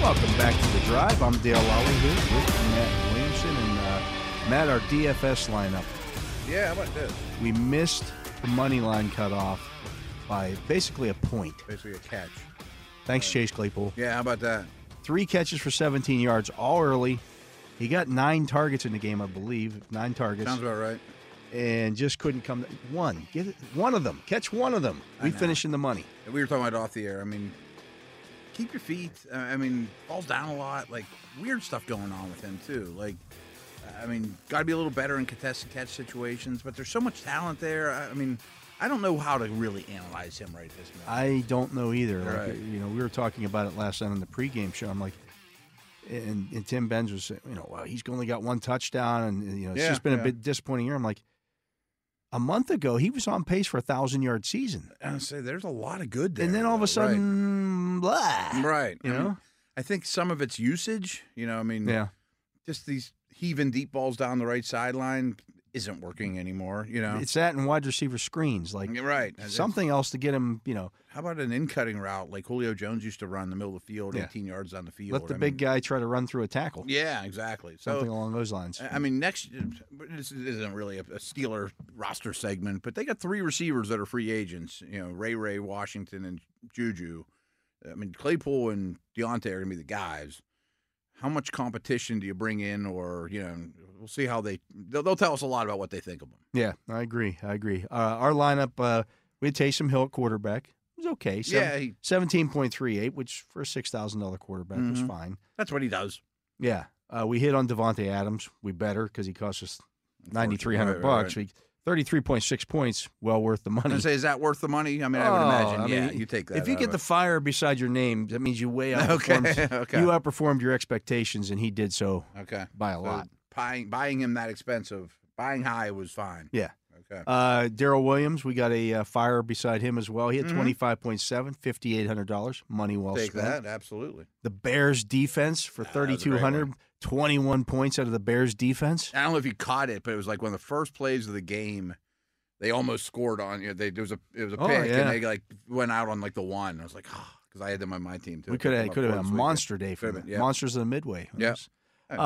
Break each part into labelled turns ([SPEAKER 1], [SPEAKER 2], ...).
[SPEAKER 1] Welcome back to the drive. I'm Dale Lally here with Matt Williamson and uh, Matt, our DFS lineup.
[SPEAKER 2] Yeah, how about this?
[SPEAKER 1] We missed the money line cutoff by basically a point.
[SPEAKER 2] Basically a catch.
[SPEAKER 1] Thanks, Chase Claypool.
[SPEAKER 2] Yeah, how about that?
[SPEAKER 1] Three catches for 17 yards, all early. He got nine targets in the game, I believe, nine targets,
[SPEAKER 2] Sounds about right.
[SPEAKER 1] and just couldn't come. One, get it, one of them, catch one of them. We finish in the money.
[SPEAKER 2] We were talking about it off the air. I mean, keep your feet. I I mean, falls down a lot. Like weird stuff going on with him too. Like, I mean, got to be a little better in contested catch situations. But there's so much talent there. I, I mean, I don't know how to really analyze him right this minute.
[SPEAKER 1] I don't know either. Like,
[SPEAKER 2] Right.
[SPEAKER 1] You know, we were talking about it last night on the pregame show. I'm like, and, and Tim Benz was saying, you know, wow, he's only got one touchdown, and and, you know, it's
[SPEAKER 2] Yeah,
[SPEAKER 1] just been a
[SPEAKER 2] yeah.
[SPEAKER 1] bit disappointing year. I'm like, a month ago he was on pace for a thousand yard season,
[SPEAKER 2] And I say there's a lot of good there.
[SPEAKER 1] and then all of
[SPEAKER 2] though,
[SPEAKER 1] a sudden, blah.
[SPEAKER 2] right? right.
[SPEAKER 1] You
[SPEAKER 2] I mean,
[SPEAKER 1] know?
[SPEAKER 2] I think some of it's usage. You know, I mean,
[SPEAKER 1] Yeah.
[SPEAKER 2] just these heaving deep balls down the right sideline isn't working anymore. You know,
[SPEAKER 1] It's that and wide receiver screens, like
[SPEAKER 2] You're right.
[SPEAKER 1] something else to get him. You know,
[SPEAKER 2] How about an in cutting route like Julio Jones used to run in the middle of the field,
[SPEAKER 1] Yeah.
[SPEAKER 2] 18 yards on the field?
[SPEAKER 1] let the
[SPEAKER 2] I
[SPEAKER 1] big
[SPEAKER 2] mean-
[SPEAKER 1] guy try to run through a tackle,
[SPEAKER 2] Yeah, exactly.
[SPEAKER 1] something
[SPEAKER 2] So,
[SPEAKER 1] along those lines.
[SPEAKER 2] I I mean, next, this isn't really a, a Steeler roster segment, but they got three receivers that are free agents, you know, Ray Ray, Washington, and Juju. I mean, Claypool and Deontay are going to be the guys. How much competition do you bring in, or, you know, we'll see how they, they'll, they'll tell us a lot about what they think of them.
[SPEAKER 1] Yeah, I agree. I agree. Uh, our lineup, uh, we had Taysom Hill at quarterback. It was okay.
[SPEAKER 2] Yeah, he-
[SPEAKER 1] 17.38, which for a $6,000 quarterback was
[SPEAKER 2] Mhm.
[SPEAKER 1] fine.
[SPEAKER 2] That's what he does.
[SPEAKER 1] Yeah. Uh, we hit on Devontae Adams. We better because he cost us 9,300
[SPEAKER 2] Right, right,
[SPEAKER 1] bucks. We 33.6 points, well worth the
[SPEAKER 2] I'm
[SPEAKER 1] money.
[SPEAKER 2] going to say, is that worth the money? I mean, I would
[SPEAKER 1] Oh,
[SPEAKER 2] imagine.
[SPEAKER 1] I
[SPEAKER 2] yeah,
[SPEAKER 1] mean,
[SPEAKER 2] you take that.
[SPEAKER 1] If you
[SPEAKER 2] out
[SPEAKER 1] get
[SPEAKER 2] of
[SPEAKER 1] the
[SPEAKER 2] it.
[SPEAKER 1] fire beside your name, that means you way
[SPEAKER 2] Okay,
[SPEAKER 1] outperformed.
[SPEAKER 2] okay.
[SPEAKER 1] You outperformed your expectations, and he did so
[SPEAKER 2] Okay.
[SPEAKER 1] by a
[SPEAKER 2] So
[SPEAKER 1] lot.
[SPEAKER 2] Buying buying him that expensive, buying high was fine.
[SPEAKER 1] Yeah.
[SPEAKER 2] Okay.
[SPEAKER 1] Uh, Daryl Williams, we got a uh, fire beside him as well. He had
[SPEAKER 2] Mhm.
[SPEAKER 1] 25.7, $5,800. Money well
[SPEAKER 2] Take
[SPEAKER 1] spent.
[SPEAKER 2] that. Absolutely.
[SPEAKER 1] The Bears defense for
[SPEAKER 2] that was a great
[SPEAKER 1] 3,200, 21 points out of the Bears defense.
[SPEAKER 2] I don't know if you caught it, but it was like one of the first plays of the game. They almost scored on you. They, there was a it was a
[SPEAKER 1] Oh,
[SPEAKER 2] pick,
[SPEAKER 1] yeah.
[SPEAKER 2] and they like went out on like the one. I was like, ah, because I had them on my team too.
[SPEAKER 1] We could have
[SPEAKER 2] Picked
[SPEAKER 1] could
[SPEAKER 2] them
[SPEAKER 1] have
[SPEAKER 2] up
[SPEAKER 1] been a
[SPEAKER 2] for this weekend.
[SPEAKER 1] monster day for
[SPEAKER 2] Could've
[SPEAKER 1] them.
[SPEAKER 2] been, yeah.
[SPEAKER 1] Monsters of the Midway.
[SPEAKER 2] Yeah.
[SPEAKER 1] Yes. Uh,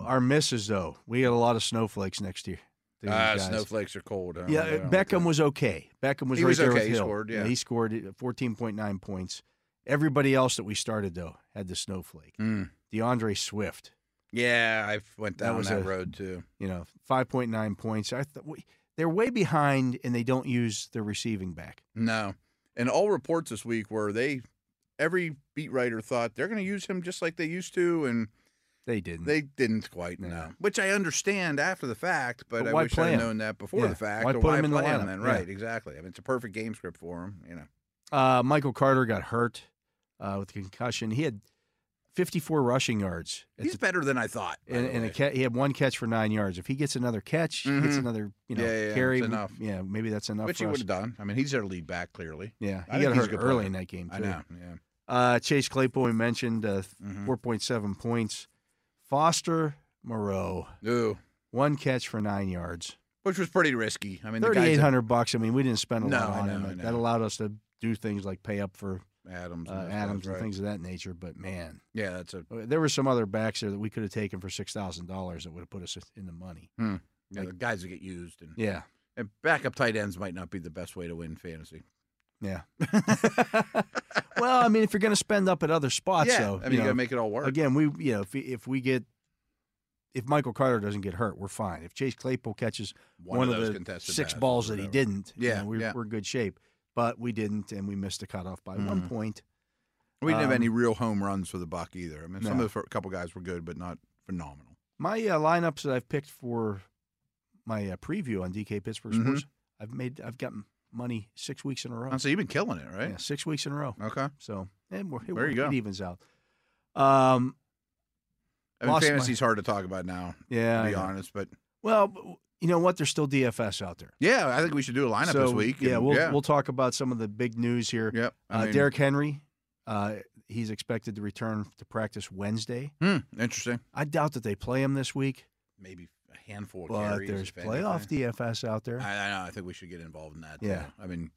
[SPEAKER 1] our misses though, we had a lot of snowflakes next year. to these
[SPEAKER 2] Ah,
[SPEAKER 1] guys.
[SPEAKER 2] snowflakes are cold. huh?
[SPEAKER 1] Yeah, uh,
[SPEAKER 2] They don't like
[SPEAKER 1] Beckham was okay. Beckham was
[SPEAKER 2] He
[SPEAKER 1] right
[SPEAKER 2] was
[SPEAKER 1] there
[SPEAKER 2] okay.
[SPEAKER 1] with
[SPEAKER 2] He
[SPEAKER 1] Hill.
[SPEAKER 2] scored, yeah.
[SPEAKER 1] he scored 14.9 points. Everybody else that we started though had the snowflake.
[SPEAKER 2] that. Mm.
[SPEAKER 1] DeAndre Swift,
[SPEAKER 2] Yeah, I went
[SPEAKER 1] That
[SPEAKER 2] down that,
[SPEAKER 1] was a-
[SPEAKER 2] road too.
[SPEAKER 1] you know, 5.9 points. I th- we, they're way behind and they don't use their receiving back.
[SPEAKER 2] No. And all reports this week were they every beat writer thought they're going to use him just like they used to, and
[SPEAKER 1] They didn't.
[SPEAKER 2] They didn't quite
[SPEAKER 1] No.
[SPEAKER 2] know, which I understand after the fact, but,
[SPEAKER 1] But
[SPEAKER 2] I
[SPEAKER 1] why
[SPEAKER 2] wish
[SPEAKER 1] play
[SPEAKER 2] I'd
[SPEAKER 1] him?
[SPEAKER 2] known that before
[SPEAKER 1] Yeah.
[SPEAKER 2] the fact.
[SPEAKER 1] Why
[SPEAKER 2] or
[SPEAKER 1] put him in the lineup?
[SPEAKER 2] Then?
[SPEAKER 1] Yeah.
[SPEAKER 2] Right, exactly. I mean, it's a perfect game script for him, you know.
[SPEAKER 1] Uh, Michael Carter got hurt uh, with concussion. He had 54 rushing yards. at
[SPEAKER 2] He's
[SPEAKER 1] the-
[SPEAKER 2] better than I thought. by
[SPEAKER 1] and,
[SPEAKER 2] the
[SPEAKER 1] and a
[SPEAKER 2] way.
[SPEAKER 1] ca- he had one catch for nine yards. If he gets another catch, he gets
[SPEAKER 2] Mhm.
[SPEAKER 1] another you know
[SPEAKER 2] Yeah, yeah, yeah.
[SPEAKER 1] carry.
[SPEAKER 2] It's
[SPEAKER 1] we-
[SPEAKER 2] enough.
[SPEAKER 1] Yeah, maybe that's enough.
[SPEAKER 2] which
[SPEAKER 1] for
[SPEAKER 2] he
[SPEAKER 1] us.
[SPEAKER 2] would have done. I mean, he's their lead back clearly.
[SPEAKER 1] Yeah,
[SPEAKER 2] I
[SPEAKER 1] he
[SPEAKER 2] think
[SPEAKER 1] got
[SPEAKER 2] he's a
[SPEAKER 1] hurt
[SPEAKER 2] good
[SPEAKER 1] early
[SPEAKER 2] player.
[SPEAKER 1] in that game. Too.
[SPEAKER 2] I know. Yeah.
[SPEAKER 1] Uh, Chase Claypool we mentioned uh,
[SPEAKER 2] Mhm.
[SPEAKER 1] 4.7 points. Foster Moreau
[SPEAKER 2] Ooh.
[SPEAKER 1] one catch for nine yards.
[SPEAKER 2] Which was pretty risky. I mean, the guys
[SPEAKER 1] 3,800 bucks. I mean, we didn't spend a
[SPEAKER 2] No,
[SPEAKER 1] lot
[SPEAKER 2] I
[SPEAKER 1] on
[SPEAKER 2] know,
[SPEAKER 1] him.
[SPEAKER 2] I
[SPEAKER 1] That
[SPEAKER 2] know.
[SPEAKER 1] allowed us to do things like pay up for
[SPEAKER 2] at Adams,
[SPEAKER 1] uh,
[SPEAKER 2] and those
[SPEAKER 1] Adams
[SPEAKER 2] guys,
[SPEAKER 1] and
[SPEAKER 2] right.
[SPEAKER 1] things of that nature. But man,
[SPEAKER 2] Yeah, that's a
[SPEAKER 1] There were some other backs there that we could have taken for six thousand dollars that would have put us in the money.
[SPEAKER 2] yeah, the guys that get used and,
[SPEAKER 1] Yeah,
[SPEAKER 2] and backup tight ends might not be the best way to win fantasy.
[SPEAKER 1] yeah. well, I mean, if you're going to spend up at other spots,
[SPEAKER 2] yeah,
[SPEAKER 1] though,
[SPEAKER 2] I mean,
[SPEAKER 1] you
[SPEAKER 2] you gotta
[SPEAKER 1] know,
[SPEAKER 2] make it all work.
[SPEAKER 1] again, we you know if if we get if Michael Carter doesn't get hurt, we're fine. If Chase Claypool catches one, of,
[SPEAKER 2] those
[SPEAKER 1] the
[SPEAKER 2] contested
[SPEAKER 1] six
[SPEAKER 2] passes or
[SPEAKER 1] balls that he
[SPEAKER 2] whatever.
[SPEAKER 1] didn't, you
[SPEAKER 2] Yeah,
[SPEAKER 1] know, we're
[SPEAKER 2] yeah.
[SPEAKER 1] we're in good shape. But we didn't, and we missed the cutoff by one
[SPEAKER 2] Mhm.
[SPEAKER 1] point.
[SPEAKER 2] We didn't
[SPEAKER 1] Um,
[SPEAKER 2] have any real home runs for the buck either. I mean, some
[SPEAKER 1] No.
[SPEAKER 2] of the fir- couple guys were good, but not phenomenal.
[SPEAKER 1] My uh, lineups that I've picked for my uh, preview on DK Pittsburgh
[SPEAKER 2] Mhm.
[SPEAKER 1] Sports, I've made, I've gotten money six weeks in a row.
[SPEAKER 2] Oh, so you've been killing it, right?
[SPEAKER 1] Yeah, six weeks in a row.
[SPEAKER 2] Okay.
[SPEAKER 1] So and we're, it,
[SPEAKER 2] There you go.
[SPEAKER 1] it evens out. Um,
[SPEAKER 2] I mean,
[SPEAKER 1] Lost my-
[SPEAKER 2] fantasy's hard to talk about now,
[SPEAKER 1] yeah.
[SPEAKER 2] to
[SPEAKER 1] I
[SPEAKER 2] be
[SPEAKER 1] know.
[SPEAKER 2] honest. But
[SPEAKER 1] Well, but w- you know what? There's still DFS out there.
[SPEAKER 2] yeah, I think we should do a lineup
[SPEAKER 1] so,
[SPEAKER 2] this week.
[SPEAKER 1] Yeah,
[SPEAKER 2] and-
[SPEAKER 1] we'll
[SPEAKER 2] yeah.
[SPEAKER 1] we'll talk about some of the big news here.
[SPEAKER 2] yep. I
[SPEAKER 1] Uh,
[SPEAKER 2] mean,
[SPEAKER 1] Derrick Henry, uh, he's expected to return to practice Wednesday.
[SPEAKER 2] hmm, interesting.
[SPEAKER 1] I doubt that they play him this week,
[SPEAKER 2] Maybe a handful of
[SPEAKER 1] but
[SPEAKER 2] carries.
[SPEAKER 1] there's
[SPEAKER 2] if anything.
[SPEAKER 1] playoff DFS out there.
[SPEAKER 2] I, I know. I think we should get involved in that.
[SPEAKER 1] Yeah.
[SPEAKER 2] too. I mean,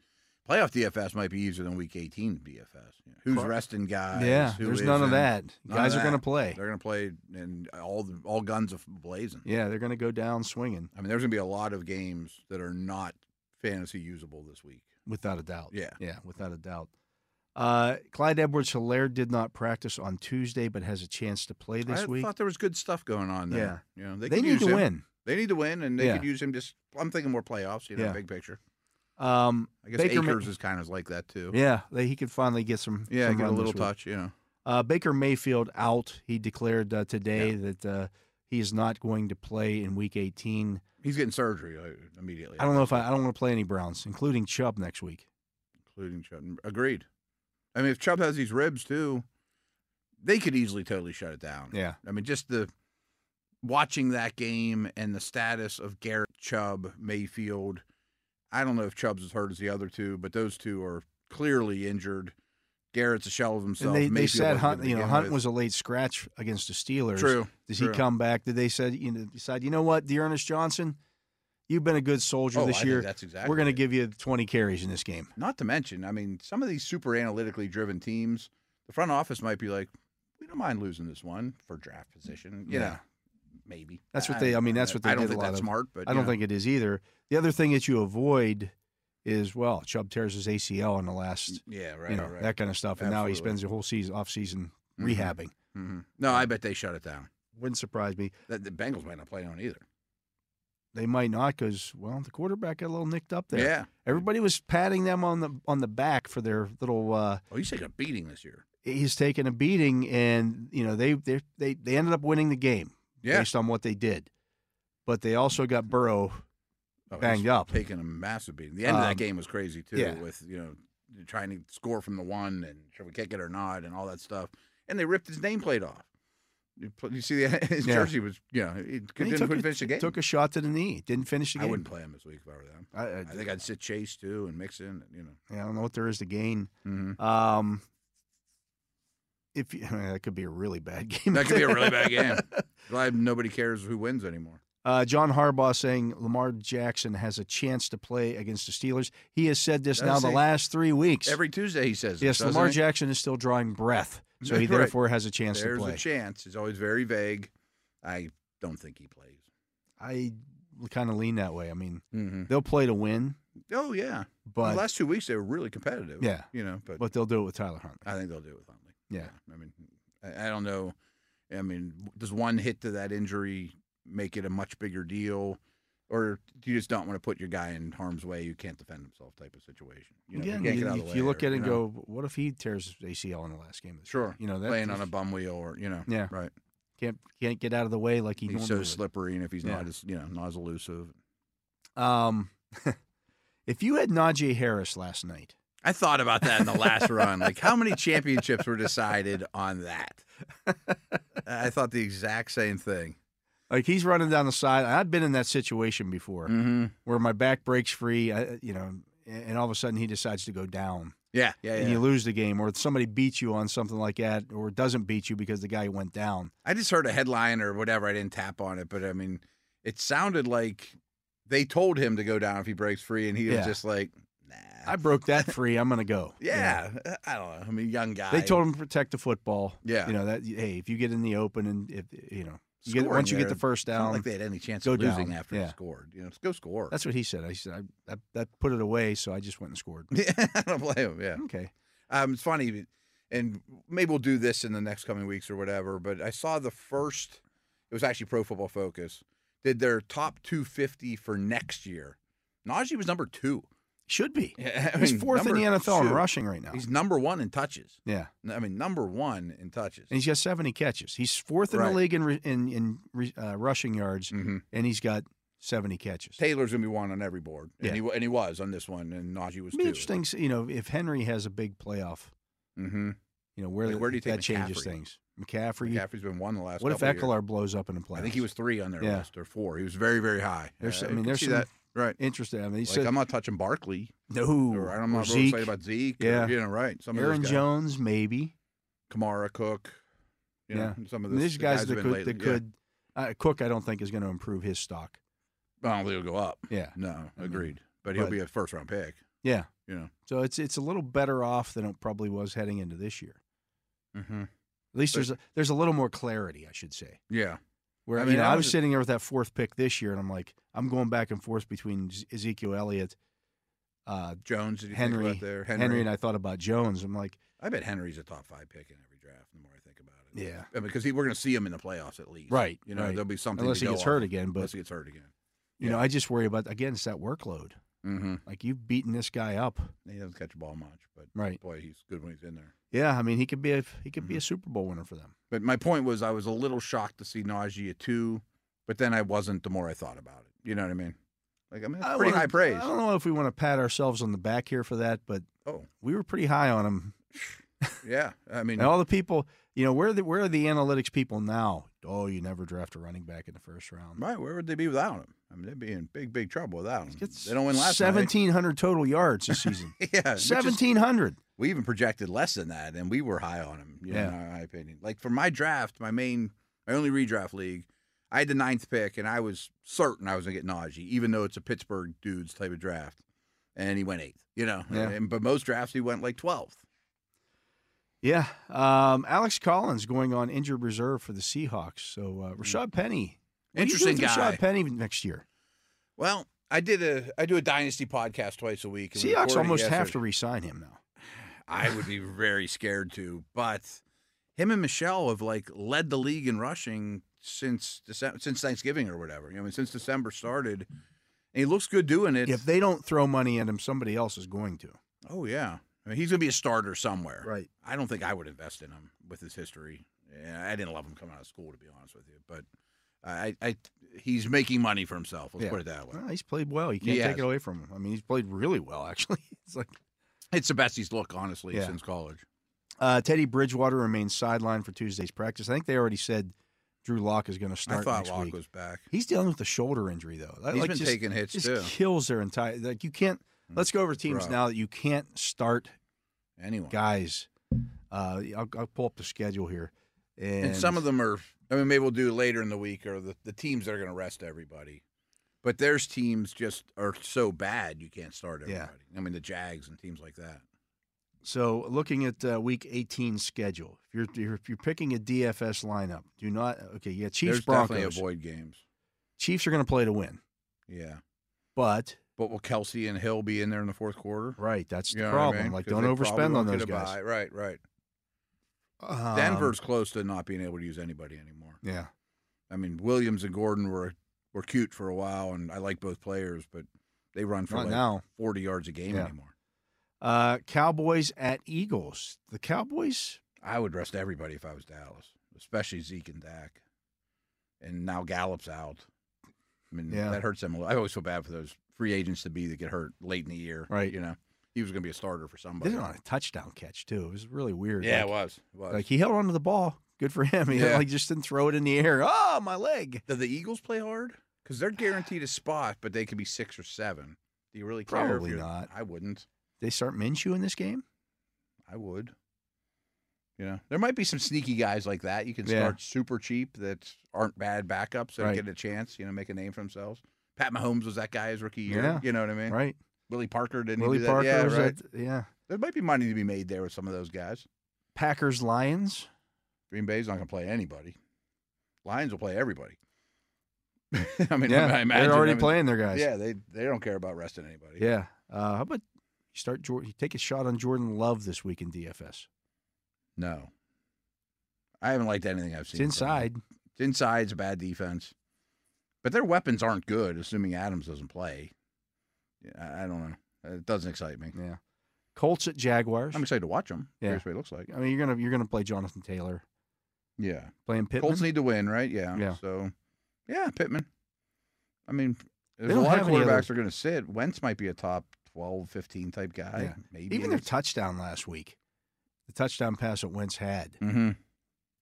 [SPEAKER 2] playoff DFS might be easier than Week 18 DFS. You know, Who's
[SPEAKER 1] Correct.
[SPEAKER 2] resting guys?
[SPEAKER 1] yeah,
[SPEAKER 2] who
[SPEAKER 1] there's none of
[SPEAKER 2] isn't.
[SPEAKER 1] that.
[SPEAKER 2] None
[SPEAKER 1] Guys
[SPEAKER 2] of
[SPEAKER 1] are going to
[SPEAKER 2] that.
[SPEAKER 1] play.
[SPEAKER 2] They're going to play, and all the, all guns are blazing.
[SPEAKER 1] yeah, they're going to go down swinging
[SPEAKER 2] I mean, there's going to be a lot of games that are not fantasy usable this week.
[SPEAKER 1] without a doubt.
[SPEAKER 2] Yeah.
[SPEAKER 1] yeah, without a doubt. Uh, Clyde edwards hilaire did not practice on Tuesday, but has a chance to play this
[SPEAKER 2] I
[SPEAKER 1] week.
[SPEAKER 2] thought there was good stuff going on there. Yeah, you know, they,
[SPEAKER 1] They,
[SPEAKER 2] could
[SPEAKER 1] need
[SPEAKER 2] use
[SPEAKER 1] to
[SPEAKER 2] him.
[SPEAKER 1] win.
[SPEAKER 2] They need to win, and they
[SPEAKER 1] Yeah.
[SPEAKER 2] could use him. Just I'm thinking more playoffs. You know,
[SPEAKER 1] Yeah.
[SPEAKER 2] big picture.
[SPEAKER 1] Um,
[SPEAKER 2] I guess
[SPEAKER 1] Baker May-
[SPEAKER 2] Akers is kind of like that too.
[SPEAKER 1] yeah, they, he could finally get some.
[SPEAKER 2] Yeah,
[SPEAKER 1] some
[SPEAKER 2] get a
[SPEAKER 1] run this
[SPEAKER 2] little
[SPEAKER 1] week.
[SPEAKER 2] touch. Yeah,
[SPEAKER 1] Uh, Baker Mayfield out. He declared uh, today that uh, he is not going to play in Week 18.
[SPEAKER 2] he's getting surgery like, immediately.
[SPEAKER 1] I don't know if I, I don't want to play any Browns, including Chubb next week.
[SPEAKER 2] including Chubb. Agreed. I mean, if Chubb has these ribs too, they could easily totally shut it down.
[SPEAKER 1] Yeah,
[SPEAKER 2] I mean, just the watching that game and the status of Garrett Chubb, Mayfield. I don't know if Chubb's as hurt as the other two, but those two are clearly injured. Garrett's a shell of himself.
[SPEAKER 1] and they, they
[SPEAKER 2] Mayfield
[SPEAKER 1] said
[SPEAKER 2] wasn't
[SPEAKER 1] Hunt.
[SPEAKER 2] good to
[SPEAKER 1] You know,
[SPEAKER 2] begin
[SPEAKER 1] Hunt
[SPEAKER 2] with.
[SPEAKER 1] was a late scratch against the Steelers.
[SPEAKER 2] true.
[SPEAKER 1] Does
[SPEAKER 2] true.
[SPEAKER 1] he come back? Did they said you know decide? You know what, Dearness Johnson, you've been a good soldier
[SPEAKER 2] Oh, I
[SPEAKER 1] this
[SPEAKER 2] think
[SPEAKER 1] year.
[SPEAKER 2] That's exactly.
[SPEAKER 1] We're going to
[SPEAKER 2] it.
[SPEAKER 1] give you 20 carries in this game.
[SPEAKER 2] Not to mention, I mean, some of these super analytically driven teams, the front office might be like, we don't mind losing this one for draft position. You
[SPEAKER 1] Yeah.
[SPEAKER 2] know, maybe.
[SPEAKER 1] That's what they- I mean, that's what they
[SPEAKER 2] I don't
[SPEAKER 1] did a
[SPEAKER 2] think
[SPEAKER 1] lot
[SPEAKER 2] that's
[SPEAKER 1] of.
[SPEAKER 2] smart, but
[SPEAKER 1] I
[SPEAKER 2] you
[SPEAKER 1] don't
[SPEAKER 2] know.
[SPEAKER 1] think it is either. The other thing that you avoid is well, Chubb tears his ACL in the last,
[SPEAKER 2] Yeah, Mm, right,
[SPEAKER 1] you know,
[SPEAKER 2] right.
[SPEAKER 1] that kind of stuff, and now he
[SPEAKER 2] Absolutely.
[SPEAKER 1] spends the whole season off season
[SPEAKER 2] Mhm.
[SPEAKER 1] rehabbing.
[SPEAKER 2] Mhm. No, I bet they shut it down.
[SPEAKER 1] Wouldn't surprise me.
[SPEAKER 2] The, the Bengals might not play on either.
[SPEAKER 1] They might not because well, the quarterback got a little nicked up there.
[SPEAKER 2] Yeah.
[SPEAKER 1] Everybody was patting them on the on the back for their little. uh
[SPEAKER 2] Oh, he's taking a beating this year.
[SPEAKER 1] He's taken a beating, and you know they they they, they ended up winning the game
[SPEAKER 2] Yeah.
[SPEAKER 1] based on what they did, but they also got Burrow.
[SPEAKER 2] Oh, he's
[SPEAKER 1] banged up.
[SPEAKER 2] Taking a massive beating. The end of
[SPEAKER 1] Um,
[SPEAKER 2] that game was crazy, too,
[SPEAKER 1] yeah.
[SPEAKER 2] with, you know, trying to score from the one and should we kick it or not and all that stuff. And they ripped his nameplate off. You put- you see, the, his
[SPEAKER 1] Yeah.
[SPEAKER 2] jersey was, you know, it
[SPEAKER 1] and
[SPEAKER 2] couldn't
[SPEAKER 1] he took a,
[SPEAKER 2] finish the game.
[SPEAKER 1] took a shot to the knee. Didn't finish the
[SPEAKER 2] I
[SPEAKER 1] game.
[SPEAKER 2] wouldn't play him this week if I were them.
[SPEAKER 1] I, I,
[SPEAKER 2] I think I'd sit Chase, too, and mix in, you know.
[SPEAKER 1] I don't know what there is to gain.
[SPEAKER 2] Mm-hmm.
[SPEAKER 1] Um, if you, that could be a really bad game.
[SPEAKER 2] That could be a really bad game. Glad nobody cares who wins anymore.
[SPEAKER 1] Uh, John Harbaugh saying Lamar Jackson has a chance to play against the Steelers. He has said this
[SPEAKER 2] Does
[SPEAKER 1] now the
[SPEAKER 2] he?
[SPEAKER 1] last three weeks.
[SPEAKER 2] Every Tuesday he says, it,
[SPEAKER 1] yes,
[SPEAKER 2] doesn't
[SPEAKER 1] Lamar
[SPEAKER 2] he?
[SPEAKER 1] Jackson is still drawing breath, so he
[SPEAKER 2] Right.
[SPEAKER 1] therefore has a chance
[SPEAKER 2] There's
[SPEAKER 1] to
[SPEAKER 2] a
[SPEAKER 1] play.
[SPEAKER 2] chance. It's always very vague. I don't think he plays.
[SPEAKER 1] I kind of lean that way. I mean,
[SPEAKER 2] Mm-hmm.
[SPEAKER 1] they'll play to win,
[SPEAKER 2] Oh yeah.
[SPEAKER 1] but
[SPEAKER 2] the last two weeks they were really competitive.
[SPEAKER 1] Yeah.
[SPEAKER 2] You know, but,
[SPEAKER 1] but they'll do it with Tyler Hunt.
[SPEAKER 2] I think they'll do it with Huntley.
[SPEAKER 1] Yeah.
[SPEAKER 2] I mean, I, I don't know. I mean, does one hit to that injury make it a much bigger deal, or do you just don't want to put your guy in harm's way? You can't defend himself, type of situation. You know, if
[SPEAKER 1] Again,
[SPEAKER 2] you, can't
[SPEAKER 1] you,
[SPEAKER 2] get out
[SPEAKER 1] you-
[SPEAKER 2] of the
[SPEAKER 1] if
[SPEAKER 2] way
[SPEAKER 1] you look
[SPEAKER 2] or,
[SPEAKER 1] at it
[SPEAKER 2] you
[SPEAKER 1] and
[SPEAKER 2] know,
[SPEAKER 1] go, what if he tears his ACL in the last game? of the season?"
[SPEAKER 2] sure,
[SPEAKER 1] You know, that
[SPEAKER 2] playing on a
[SPEAKER 1] just
[SPEAKER 2] bum wheel, or you know,
[SPEAKER 1] Yeah.
[SPEAKER 2] right.
[SPEAKER 1] can't can't get out of the way like he
[SPEAKER 2] He's
[SPEAKER 1] normally
[SPEAKER 2] so
[SPEAKER 1] would.
[SPEAKER 2] slippery, and if he's
[SPEAKER 1] Yeah.
[SPEAKER 2] not as you know not as elusive,
[SPEAKER 1] Um, if you had Najee Harris last night,
[SPEAKER 2] I thought about that in the last run. Like, how many championships were decided on that? I thought the exact same thing.
[SPEAKER 1] like he's running down the side. I've been in that situation before
[SPEAKER 2] Mm-hmm.
[SPEAKER 1] where my back breaks free, I, you know, and and all of a sudden he decides to go down
[SPEAKER 2] Yeah, yeah,
[SPEAKER 1] and
[SPEAKER 2] yeah.
[SPEAKER 1] you lose the game, or somebody beats you on something like that, or doesn't beat you because the guy went down.
[SPEAKER 2] I just heard a headline or whatever. I didn't tap on it, but I mean, it sounded like they told him to go down if he breaks free, and he
[SPEAKER 1] Yeah.
[SPEAKER 2] was just like, "Nah."
[SPEAKER 1] I broke that free. I'm gonna go. you know.
[SPEAKER 2] yeah, I don't know. I mean, young guy.
[SPEAKER 1] They told him to protect the football.
[SPEAKER 2] Yeah.
[SPEAKER 1] You know that. Hey, if you get in the open and if you know, you get,
[SPEAKER 2] Scoring
[SPEAKER 1] once you get
[SPEAKER 2] there,
[SPEAKER 1] the first
[SPEAKER 2] It's not
[SPEAKER 1] down,
[SPEAKER 2] like they had any chance
[SPEAKER 1] Go
[SPEAKER 2] of losing
[SPEAKER 1] down.
[SPEAKER 2] after
[SPEAKER 1] Yeah.
[SPEAKER 2] he scored. You know, just go score.
[SPEAKER 1] that's what he said. I said I, I, I put it away, so I just went and scored.
[SPEAKER 2] I don't blame him. Yeah.
[SPEAKER 1] Okay.
[SPEAKER 2] Um, it's funny, and maybe we'll do this in the next coming weeks or whatever. But I saw the first. It was actually Pro Football Focus did their top 250 for next year. Najee was number two.
[SPEAKER 1] Should be.
[SPEAKER 2] I
[SPEAKER 1] He's
[SPEAKER 2] mean,
[SPEAKER 1] fourth in the
[SPEAKER 2] number
[SPEAKER 1] NFL in
[SPEAKER 2] two.
[SPEAKER 1] rushing right now.
[SPEAKER 2] He's number one in touches.
[SPEAKER 1] yeah,
[SPEAKER 2] I mean, number one in touches.
[SPEAKER 1] and he's got 70 catches. He's fourth in
[SPEAKER 2] Right.
[SPEAKER 1] the league in re- in, in re- uh, rushing yards,
[SPEAKER 2] hmm
[SPEAKER 1] and he's got seventy catches.
[SPEAKER 2] Taylor's gonna be one on every board, and
[SPEAKER 1] Yeah.
[SPEAKER 2] he wa- and he was on this one, and Najee was
[SPEAKER 1] It'd be
[SPEAKER 2] too.
[SPEAKER 1] interesting, you know, if Henry has a big playoff,
[SPEAKER 2] Mm-hmm.
[SPEAKER 1] you know, where,
[SPEAKER 2] Like,
[SPEAKER 1] the-
[SPEAKER 2] where do you take
[SPEAKER 1] that changes
[SPEAKER 2] McCaffrey?
[SPEAKER 1] things. McCaffrey.
[SPEAKER 2] McCaffrey's been one the last.
[SPEAKER 1] what if
[SPEAKER 2] couple years.
[SPEAKER 1] Eckler blows up in the playoffs?
[SPEAKER 2] I think he was three on their
[SPEAKER 1] Yeah.
[SPEAKER 2] list or four. He was very very high.
[SPEAKER 1] There's,
[SPEAKER 2] Uh,
[SPEAKER 1] I mean,
[SPEAKER 2] could
[SPEAKER 1] there's
[SPEAKER 2] see
[SPEAKER 1] some
[SPEAKER 2] that right.
[SPEAKER 1] interesting. I mean, he
[SPEAKER 2] Like
[SPEAKER 1] said
[SPEAKER 2] I'm not touching Barkley.
[SPEAKER 1] no.
[SPEAKER 2] or I'm not really
[SPEAKER 1] Zeke,
[SPEAKER 2] excited about Zeke.
[SPEAKER 1] Yeah.
[SPEAKER 2] or, you know, right. Some of
[SPEAKER 1] Aaron
[SPEAKER 2] those guys.
[SPEAKER 1] Jones, maybe.
[SPEAKER 2] Kamara Cook. You know, some of
[SPEAKER 1] And
[SPEAKER 2] this,
[SPEAKER 1] these
[SPEAKER 2] the
[SPEAKER 1] guys,
[SPEAKER 2] have
[SPEAKER 1] that
[SPEAKER 2] been
[SPEAKER 1] could,
[SPEAKER 2] lately,
[SPEAKER 1] that
[SPEAKER 2] yeah.
[SPEAKER 1] could uh, Cook, I don't think is going to improve his stock.
[SPEAKER 2] I don't think he'll go up.
[SPEAKER 1] Yeah,
[SPEAKER 2] No,
[SPEAKER 1] I mean,
[SPEAKER 2] agreed. but he'll
[SPEAKER 1] Mm-hmm. but-
[SPEAKER 2] be a first round pick.
[SPEAKER 1] yeah.
[SPEAKER 2] You know.
[SPEAKER 1] So it's it's a little better off than it probably was heading into this year.
[SPEAKER 2] Mm-hmm.
[SPEAKER 1] At least
[SPEAKER 2] But-
[SPEAKER 1] there's a, there's a little more clarity, I should say.
[SPEAKER 2] Yeah.
[SPEAKER 1] Where
[SPEAKER 2] I
[SPEAKER 1] I
[SPEAKER 2] mean,
[SPEAKER 1] mean, I
[SPEAKER 2] I was
[SPEAKER 1] was
[SPEAKER 2] just-
[SPEAKER 1] sitting there with that fourth pick this year, and I'm like, I'm going back and forth between Z- Ezekiel Elliott, uh,
[SPEAKER 2] Jones. Did you
[SPEAKER 1] Henry-
[SPEAKER 2] think about there?
[SPEAKER 1] Henry. and I thought about Jones. I'm like,
[SPEAKER 2] I bet Henry's a top five pick in every draft. The more I think about it.
[SPEAKER 1] Yeah.
[SPEAKER 2] I mean, because he, we're going to see him in the playoffs at least.
[SPEAKER 1] Right,
[SPEAKER 2] You know,
[SPEAKER 1] right.
[SPEAKER 2] there'll be something.
[SPEAKER 1] unless
[SPEAKER 2] to
[SPEAKER 1] he
[SPEAKER 2] go
[SPEAKER 1] gets
[SPEAKER 2] off.
[SPEAKER 1] hurt again, but
[SPEAKER 2] Unless he gets hurt again.
[SPEAKER 1] you know, I just worry about again it's that workload.
[SPEAKER 2] Mm-hmm.
[SPEAKER 1] Like you've beaten this guy up,
[SPEAKER 2] He doesn't catch the ball much, but
[SPEAKER 1] right?
[SPEAKER 2] boy, he's good when he's in there.
[SPEAKER 1] Yeah, I mean, he could be a he could be
[SPEAKER 2] Mm-hmm.
[SPEAKER 1] a Super Bowl winner for them.
[SPEAKER 2] But my point was, I was a little shocked to see Najee at two, but then I wasn't. The more I thought about it, you know what I mean? Like I mean, that's
[SPEAKER 1] I
[SPEAKER 2] pretty
[SPEAKER 1] wanna-
[SPEAKER 2] high praise.
[SPEAKER 1] I don't know if we want to pat ourselves on the back here for that, but
[SPEAKER 2] Oh.
[SPEAKER 1] we were pretty high on him.
[SPEAKER 2] Yeah, I mean,
[SPEAKER 1] And all the people, you know, where are the, where are the analytics people now? Oh, you never draft a running back in the first round.
[SPEAKER 2] right? Where would they be without him? I mean, they'd be in big, big trouble without him.
[SPEAKER 1] It's
[SPEAKER 2] They don't win last night. eh?
[SPEAKER 1] seventeen hundred total yards this season.
[SPEAKER 2] Yeah, which is-
[SPEAKER 1] seventeen hundred.
[SPEAKER 2] we even projected less than that, and we were high on him. yeah,
[SPEAKER 1] Yeah.
[SPEAKER 2] in my opinion. Like for my draft, my main, my only redraft league, I had the ninth pick, and I was certain I was gonna get Najee, even though it's a Pittsburgh dudes type of draft, and he went eighth. You know,
[SPEAKER 1] Yeah.
[SPEAKER 2] and, but most drafts he went like twelfth.
[SPEAKER 1] Yeah, um, Alex Collins going on injured reserve for the Seahawks. So uh, Rashad Penny, What do you do
[SPEAKER 2] Hmm. Interesting
[SPEAKER 1] with
[SPEAKER 2] guy.
[SPEAKER 1] Rashad Penny next year.
[SPEAKER 2] Well, I did a I do a dynasty podcast twice a week. and we
[SPEAKER 1] Seahawks
[SPEAKER 2] recorded
[SPEAKER 1] almost have
[SPEAKER 2] yesterday.
[SPEAKER 1] to re-sign him now.
[SPEAKER 2] I would be very scared to, but him and Michelle have like led the league in rushing since December, since Thanksgiving or whatever. You know, I mean, since December started, and he looks good doing it.
[SPEAKER 1] If they don't throw money at him, somebody else is going to.
[SPEAKER 2] oh yeah, I mean, he's gonna be a starter somewhere.
[SPEAKER 1] Right.
[SPEAKER 2] I don't think I would invest in him with his history. Yeah, I didn't love him coming out of school to be honest with you, but I, I he's making money for himself. Let's
[SPEAKER 1] Yeah.
[SPEAKER 2] put it that way.
[SPEAKER 1] Well, he's played well. You can't
[SPEAKER 2] He
[SPEAKER 1] take
[SPEAKER 2] has.
[SPEAKER 1] it away from him. I mean, he's played really well, actually. It's like
[SPEAKER 2] It's the best he's looked honestly
[SPEAKER 1] Yeah.
[SPEAKER 2] since college.
[SPEAKER 1] uh, Teddy Bridgewater remains sidelined for Tuesday's practice. I think they already said Drew Lock is going to start
[SPEAKER 2] I thought
[SPEAKER 1] next
[SPEAKER 2] Locke
[SPEAKER 1] week.
[SPEAKER 2] was back.
[SPEAKER 1] He's dealing with a shoulder injury though. That,
[SPEAKER 2] He's
[SPEAKER 1] like,
[SPEAKER 2] been
[SPEAKER 1] just,
[SPEAKER 2] taking hits
[SPEAKER 1] just
[SPEAKER 2] too.
[SPEAKER 1] kills their entire. Like you can't.
[SPEAKER 2] Mm.
[SPEAKER 1] Let's go over teams
[SPEAKER 2] rough.
[SPEAKER 1] now that you can't start
[SPEAKER 2] Anyway,
[SPEAKER 1] guys. Uh, I'll, I'll pull up the schedule here, and,
[SPEAKER 2] And some of them are. I mean, maybe we'll do later in the week, or the, the teams that are going to rest everybody. But there's teams just are so bad you can't start
[SPEAKER 1] Yeah.
[SPEAKER 2] everybody. I mean, the Jags and teams like that.
[SPEAKER 1] So, looking at uh, Week 18 schedule, if you're, you're if you're picking a DFS lineup, do not okay. Yeah, Chiefs
[SPEAKER 2] there's
[SPEAKER 1] Broncos.
[SPEAKER 2] definitely avoid games.
[SPEAKER 1] Chiefs are going to play to win,
[SPEAKER 2] Yeah,
[SPEAKER 1] but
[SPEAKER 2] but will Kelsey and Hill be in there in the fourth quarter?
[SPEAKER 1] right, that's the
[SPEAKER 2] You know what I
[SPEAKER 1] problem.
[SPEAKER 2] mean?
[SPEAKER 1] Like,
[SPEAKER 2] 'Cause
[SPEAKER 1] don't
[SPEAKER 2] they probably
[SPEAKER 1] overspend on
[SPEAKER 2] won't get
[SPEAKER 1] those
[SPEAKER 2] a
[SPEAKER 1] guys.
[SPEAKER 2] bye. Right, right.
[SPEAKER 1] Um,
[SPEAKER 2] Denver's close to not being able to use anybody anymore.
[SPEAKER 1] yeah,
[SPEAKER 2] I mean, Williams and Gordon were were cute for a while, and I like both players, but they run for
[SPEAKER 1] not
[SPEAKER 2] like
[SPEAKER 1] now.
[SPEAKER 2] 40 yards a game
[SPEAKER 1] Yeah.
[SPEAKER 2] anymore.
[SPEAKER 1] Uh, Cowboys at Eagles. The Cowboys.
[SPEAKER 2] I would rest everybody if I was Dallas, especially Zeke and Dak. And now Gallup's out. I mean,
[SPEAKER 1] Yeah.
[SPEAKER 2] that hurts them a little. I always feel bad for those free agents to be that get hurt late in the year.
[SPEAKER 1] Right.
[SPEAKER 2] You know, he was going to be a starter for somebody.
[SPEAKER 1] They did on a touchdown catch too. It was really weird.
[SPEAKER 2] yeah,
[SPEAKER 1] like,
[SPEAKER 2] it was. It was.
[SPEAKER 1] like he held onto the ball. Good for him. He
[SPEAKER 2] Yeah.
[SPEAKER 1] like just didn't throw it in the air. Oh, my leg.
[SPEAKER 2] Do the Eagles play hard? Because they're guaranteed a spot, but they could be six or seven. Do you really care? if
[SPEAKER 1] Probably
[SPEAKER 2] you're-
[SPEAKER 1] not.
[SPEAKER 2] I wouldn't.
[SPEAKER 1] They start Minshew in this game.
[SPEAKER 2] I would. You know, there might be some sneaky guys like that. You can
[SPEAKER 1] Yeah.
[SPEAKER 2] start super cheap that aren't bad backups that
[SPEAKER 1] Right.
[SPEAKER 2] get a chance. You know, make a name for themselves. Pat Mahomes was that guy his rookie year.
[SPEAKER 1] Yeah.
[SPEAKER 2] You know what I mean?
[SPEAKER 1] Right.
[SPEAKER 2] Willie Parker didn't. he
[SPEAKER 1] Willie
[SPEAKER 2] do that?
[SPEAKER 1] Parker.
[SPEAKER 2] Yeah,
[SPEAKER 1] was
[SPEAKER 2] right.
[SPEAKER 1] at- yeah.
[SPEAKER 2] There might be money to be made there with some of those guys.
[SPEAKER 1] Packers Lions.
[SPEAKER 2] Green Bay's not going to play anybody. Lions will play everybody. I mean,
[SPEAKER 1] yeah,
[SPEAKER 2] I imagine
[SPEAKER 1] they're already
[SPEAKER 2] I mean,
[SPEAKER 1] playing their guys.
[SPEAKER 2] Yeah, they they don't care about resting anybody.
[SPEAKER 1] yeah. Uh, how about you start Jordan? You take a shot on Jordan Love this week in DFS.
[SPEAKER 2] No. I haven't liked anything I've
[SPEAKER 1] It's
[SPEAKER 2] seen. from them.
[SPEAKER 1] inside.
[SPEAKER 2] It's inside's a bad defense, but their weapons aren't good. Assuming Adams doesn't play, yeah, I I don't know. It doesn't excite me.
[SPEAKER 1] Yeah. Colts at Jaguars.
[SPEAKER 2] I'm excited to watch them.
[SPEAKER 1] Yeah.
[SPEAKER 2] Here's what it looks like.
[SPEAKER 1] I mean, you're gonna you're gonna play Jonathan Taylor,
[SPEAKER 2] Yeah,
[SPEAKER 1] playing Pittman.
[SPEAKER 2] Colts need to win, right? Yeah.
[SPEAKER 1] Yeah.
[SPEAKER 2] So, yeah, Pittman. I mean, There's a
[SPEAKER 1] don't
[SPEAKER 2] lot of
[SPEAKER 1] have any other-
[SPEAKER 2] quarterbacks are going to sit. Wentz might be a top 12, 15 type guy.
[SPEAKER 1] Yeah.
[SPEAKER 2] Maybe
[SPEAKER 1] Even their touchdown last week, the touchdown pass that Wentz had.
[SPEAKER 2] hmm